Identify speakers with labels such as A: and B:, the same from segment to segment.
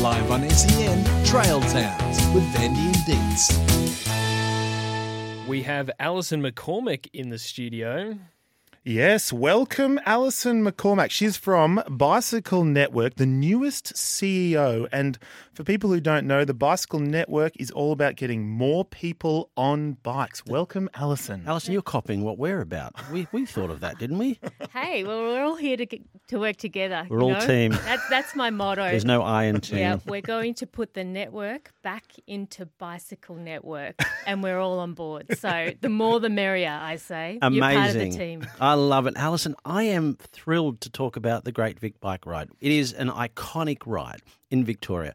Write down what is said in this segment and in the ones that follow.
A: Live on ACN, Trial Towns with Vandy and Deets.
B: We have Alison McCormick in the studio.
C: Yes, welcome Alison McCormack. She's from Bicycle Network, the newest CEO. And for people who don't know, the Bicycle Network is all about getting more people on bikes. Welcome, Alison.
D: Alison, you're copying what we're about. We, we thought of that, didn't we?
E: Hey, well, we're all here to get, to work together.
D: We're
E: you
D: all
E: know?
D: team.
E: That's that's my motto.
D: There's no I in team.
E: Yeah, we're going to put the network back into bicycle network, and we're all on board. So the more the merrier, I say.
D: Amazing.
E: You're part of the team.
D: I love it. Alison, I am thrilled to talk about the Great Vic Bike Ride. It is an iconic ride in Victoria.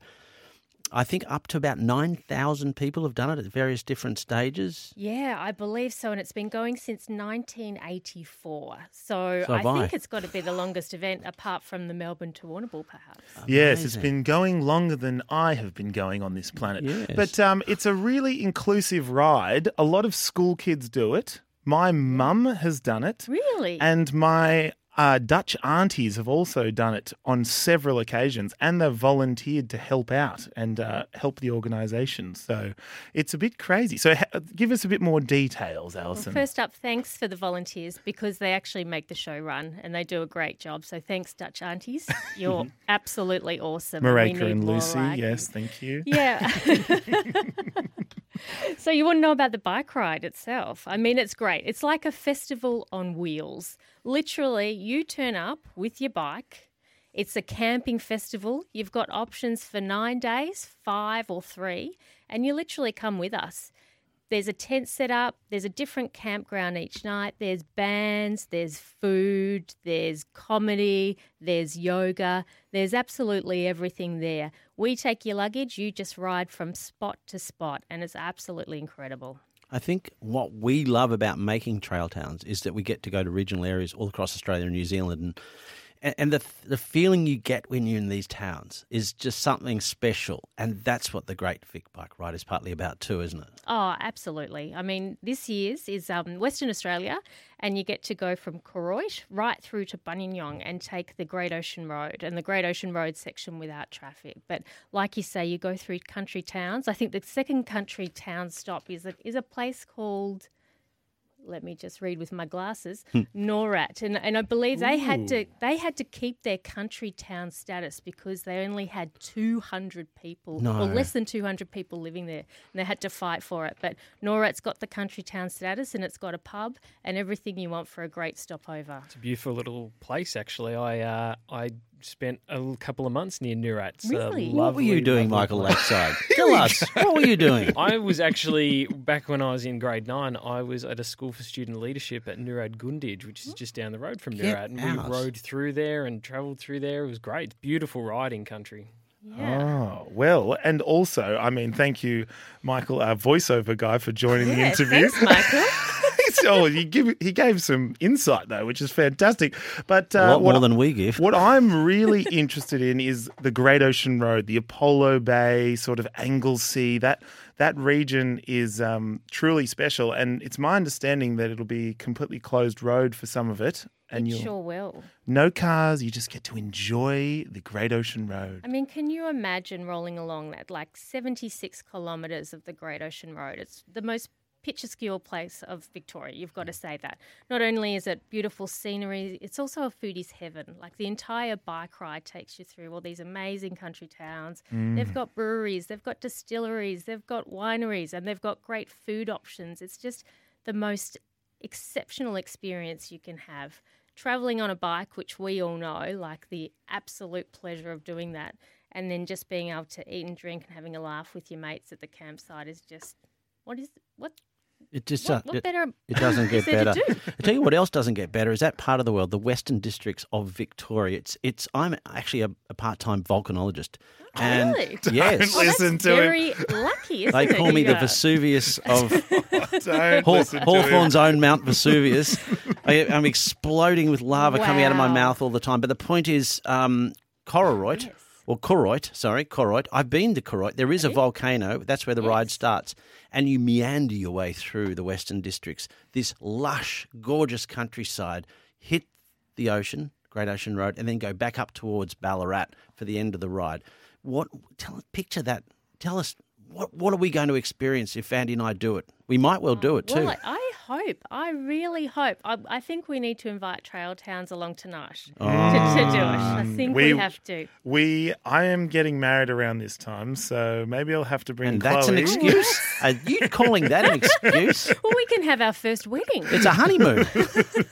D: I think up to about 9,000 people have done it at various different stages.
E: Yeah, I believe so, and it's been going since 1984. So,
D: So
E: I
D: have I.
E: think it's got to be the longest event, apart from the Melbourne to Warrnambool, perhaps.
C: Yes, it's
D: Amazing.
C: been going longer than I have been going on this planet.
D: Yes.
C: But um, it's a really inclusive ride. A lot of school kids do it. My mum has done it.
E: Really?
C: And my uh, Dutch aunties have also done it on several occasions, and they've volunteered to help out and uh, help the organisation. So it's a bit crazy. So ha- give us a bit more details,
E: Well,
C: Alison.
E: first up, thanks for the volunteers because they actually make the show run and they do a great job. So thanks, Dutch aunties. You're absolutely awesome. We
C: Mareka
E: need
C: and
E: more
C: Lucy,
E: like you.
C: yes, thank you.
E: Yeah. so you want to know about the bike ride itself. I mean, it's great. It's like a festival on wheels. Literally, you turn up with your bike. It's a camping festival. You've got options for nine days, five or three, and you literally come with us. There's a tent set up, there's a different campground each night, there's bands, there's food, there's comedy, there's yoga, there's absolutely everything there. We take your luggage, you just ride from spot to spot, and it's absolutely incredible.
D: I think what we love about making trail towns is that we get to go to regional areas all across Australia and New Zealand and and, and the the feeling you get when you're in these towns is just something special and that's what the Great Vic Bike Ride is partly about too, isn't it?
E: Oh, absolutely. I mean, this year's is um, Western Australia, and you get to go from Koroit right through to Buninyong and take the Great Ocean Road and the Great Ocean Road section without traffic. But like you say, you go through country towns. I think the second country town stop is a, is a place called. Let me just read with my glasses. Norat, and, and I believe they had to they had to keep their country town status because they only had two hundred people,
D: No.
E: or less than 200 people living there and they had to fight for it. But Norat's got the country town status and it's got a pub and everything you want for a great stopover.
B: It's a beautiful little place, actually. I uh, I spent a l- couple of months near Nurat. It's a
E: Really? What were
D: What were you
B: lovely,
D: doing,
B: lovely
D: Michael
B: place.
D: Lakeside? Tell us, what were you doing?
B: I was actually back when I was in grade nine. I was at a school for student leadership at Nurad Gundij, which is just down the road from
D: Get
B: Nurat, and
D: out.
B: we rode through there and travelled through there. It was great. It's beautiful riding country.
E: Yeah.
C: Oh, well, and also, I mean, thank you, Michael, our voiceover guy, for joining the interview.
E: Thanks, Michael.
C: He's- oh, he, give, he gave some insight, though, which is fantastic. But uh,
D: a lot
C: what
D: more than we give.
C: What I'm really interested in is the Great Ocean Road, the Apollo Bay, sort of Anglesey. That that region is um, truly special, and it's my understanding that it'll be completely closed road for some of it, and
E: It
C: you'll
E: sure will.
C: no cars. You just get to enjoy the Great Ocean Road.
E: I mean, can you imagine rolling along that like 76 kilometres of the Great Ocean Road? It's the most picturesque place of Victoria. You've got to say that. Not only is it beautiful scenery, it's also a foodie's heaven. Like the entire bike ride takes you through all these amazing country towns. They've got breweries, they've got distilleries, they've got wineries, and they've got great food options. It's just the most exceptional experience you can have. Traveling on a bike, which we all know, like the absolute pleasure of doing that, and then just being able to eat and drink and having a laugh with your mates at the campsite is just what is what
D: It just
E: What-
D: uh,
E: what
D: it,
E: better
D: it doesn't
E: is
D: get
E: there to
D: better.
E: do?
D: I tell you what else doesn't get better is that part of the world, the western districts of Victoria. It's it's I'm actually a, a part-time volcanologist. and
E: really?
D: yes,
C: Don't listen
E: that's
C: to him.
E: very lucky, isn't
D: they
E: it,
D: call me the
E: you guys?
D: Vesuvius of
C: Don't
D: Haw-
C: uh, listen to
D: Hawthorne's
C: him.
D: own Mount Vesuvius. I, I'm exploding with lava coming out of my
E: Wow.
D: mouth all the time. But the point is, um, Cororoit, or Koroit, sorry, Koroit. I've been to Koroit. There is a volcano. That's where the ride starts. And you meander your way through the Western Districts, this lush, gorgeous countryside, hit the ocean, Great Ocean Road, and then go back up towards Ballarat for the end of the ride. What? Tell, picture that. Tell us. What, what are we going to experience if Andy and I do it? We might well do it too.
E: Well, I, I hope. I really hope. I, I think we need to invite Trail Towns along tonight
D: Oh,
E: to, to do it. I think we,
C: Um, We-
E: have to.
C: We, I am getting married around this time, so maybe I'll have to bring
D: And
C: Chloe.
D: that's an excuse? Are you calling that an excuse?
E: Well, we can have our first wedding.
D: It's a honeymoon.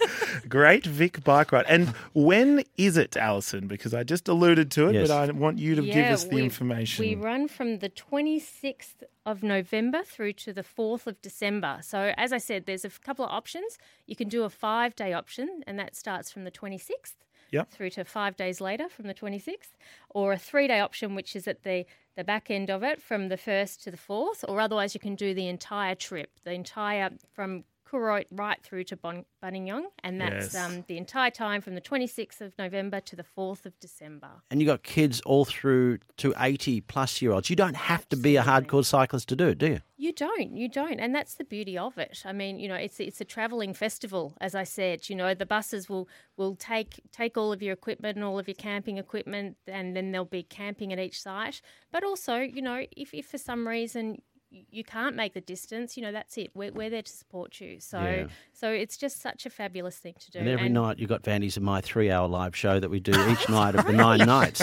C: Great Vic bike ride. And when is it, Alison? Because I just alluded to it,
D: Yes.
C: but I want you to give
E: Yeah,
C: us the
E: we-
C: information.
E: We run from the 26th of November through to the 4th of December. So, as I said, there's a f- couple of options. You can do a five day option, and that starts from the 26th
C: Yep.
E: through to five days later from the 26th, or a three day option, which is at the the back end of it from the 1st to the 4th, or otherwise you can do the entire trip, the entire from Kuroit right through to bon- Buninyong, and that's
C: Yes.
E: um, the entire time from the 26th of November to the 4th of December.
D: and you got kids all through to 80 plus year olds. You don't have to be a hardcore cyclist to do it, do you?
E: You don't, you don't, and that's the beauty of it. I mean, you know, it's it's a travelling festival, as I said. You know, the buses will will take take all of your equipment and all of your camping equipment, and then there'll be camping at each site. But also, you know, if, if for some reason y- you can't make the distance, you know, that's it. We're, we're there to support you. So
D: Yeah.
E: so it's just such a fabulous thing to do.
D: And every
E: And-
D: night you got Vandy's and my three hour live show that we do each night of the nine nights.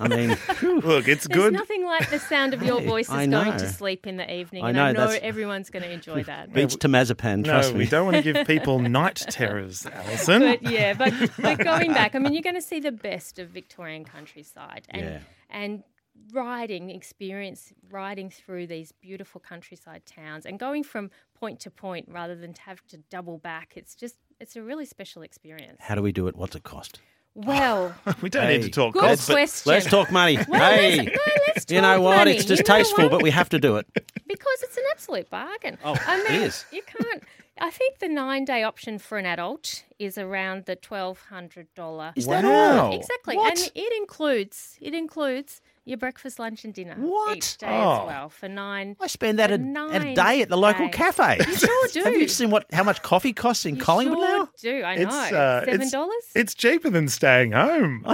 D: I mean, phew.
C: Look, it's
E: There's
C: good.
E: nothing like the sound of your
D: Hey,
E: voices
D: I
E: going
D: know.
E: to sleep in the evening,
D: I
E: and
D: know,
E: I know
D: that's-
E: everyone's going to enjoy that.
D: beach to Mazapan,
C: No,
D: trust
C: we
D: me.
C: don't want to give people night terrors, Alison.
E: but yeah, but, but going back, I mean, you're going to see the best of Victorian countryside and
D: Yeah.
E: and riding experience, riding through these beautiful countryside towns and going from point to point rather than to have to double back. It's just it's a really special experience.
D: How do we do it? What's it cost?
E: Well,
C: we don't need to
D: Hey.
C: talk.
E: Good
C: golf, but
E: question.
D: Let's talk money.
E: well,
D: hey,
E: let's, no, let's
D: you know
E: talk
D: what?
E: money.
D: It's
E: You know
D: distasteful,
E: what?
D: but we have to do it.
E: Because it's an absolute bargain.
D: Oh,
E: I
D: it
E: mean,
D: is.
E: You can't. I think the nine day option for an adult is around the twelve hundred dollar.
D: Is that
C: Wow.
D: all?
E: Exactly,
D: What?
E: and it includes it includes your breakfast, lunch, and dinner
D: What?
E: each day
C: Oh.
E: as well for nine.
D: I spend that a, at a
E: Nine
D: day at the local
E: days.
D: cafe.
E: You sure
D: Have you
E: do.
D: seen what how much coffee costs in Collingwood
E: sure
D: now?
E: Do I
C: It's,
E: know
C: uh,
E: seven
C: it's-
E: dollars?
C: It's cheaper than staying home.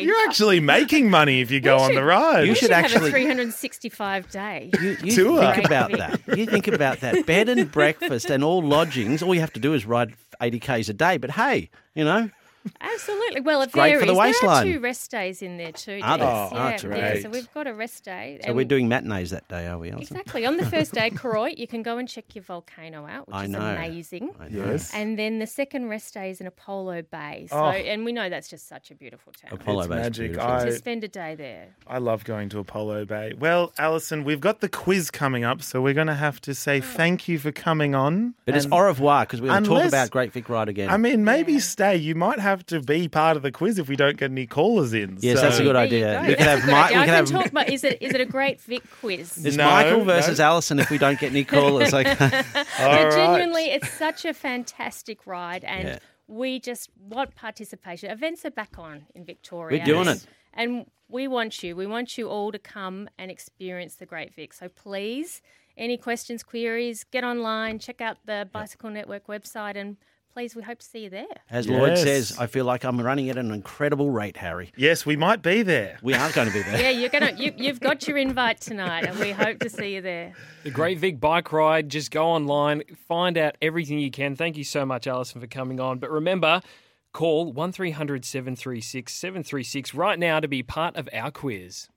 C: You're actually making money if you go on
E: should-
C: the ride.
D: You
E: we
D: should
E: should have
D: actually-
E: a three hundred and sixty-five day.
D: You, you
C: Tour.
D: think about that. You think about that. Bed and breakfast and all lodgings. All you have to do is ride 80 k's a day. But hey, you know,
E: Absolutely. Well, it
D: great
E: varies.
D: for the waistline.
E: There are two rest days in there too.
D: Are there?
E: Jess.
D: Oh,
E: yeah,
D: great.
E: yeah, So we've got a rest day.
D: so we're doing matinees that day, are we? Alison?
E: Exactly. On the first day, Karoy, you can go and check your volcano out, which
D: I
E: is
D: know.
E: amazing.
D: I know.
C: yes.
E: And then the second rest day is in Apollo Bay. So,
C: Oh.
E: and we know that's just such a beautiful town.
D: Apollo
C: It's
D: Bay's
C: magic.
D: beautiful.
C: I-
E: to spend a day there.
C: I love going to Apollo Bay. Well, Alison, we've got the quiz coming up, so we're going to have to say thank you for coming on.
D: But it's
C: And-
D: au revoir because we're going to talk
C: Unless-
D: about Great Vic Ride again.
C: I mean, maybe stay. You might have to be part of the quiz if we don't get any callers in.
D: yes, that's a
C: so-
D: good
E: There
D: idea.
E: You, go. That's a good
D: Mike.
E: idea. I
D: We
E: can
D: can
E: talk
D: have.
E: about is it is it a great Vic quiz?
D: It's
C: No,
D: Michael
C: no.
D: versus Alison if we don't get any callers. Okay.
C: All
E: But
C: right.
E: genuinely, it's such a fantastic ride, and
D: Yeah.
E: we just want participation. Events are back on in Victoria.
D: We're doing
E: and,
D: it.
E: and we want you. We want you all to come and experience the Great Vic. So please, any questions, queries, get online, check out the Bicycle Network website, and please, we hope to see you there.
D: As Lloyd
C: Yes.
D: says, I feel like I'm running at an incredible rate, Harry.
C: Yes, we might be there.
D: We are going to be there.
E: Yeah, you're gonna you, you've got your invite tonight, and we hope to see you there.
B: The Great Vic Bike Ride. Just go online, find out everything you can. Thank you so much, Alison, for coming on. But remember, call 1300 736 736 right now to be part of our quiz.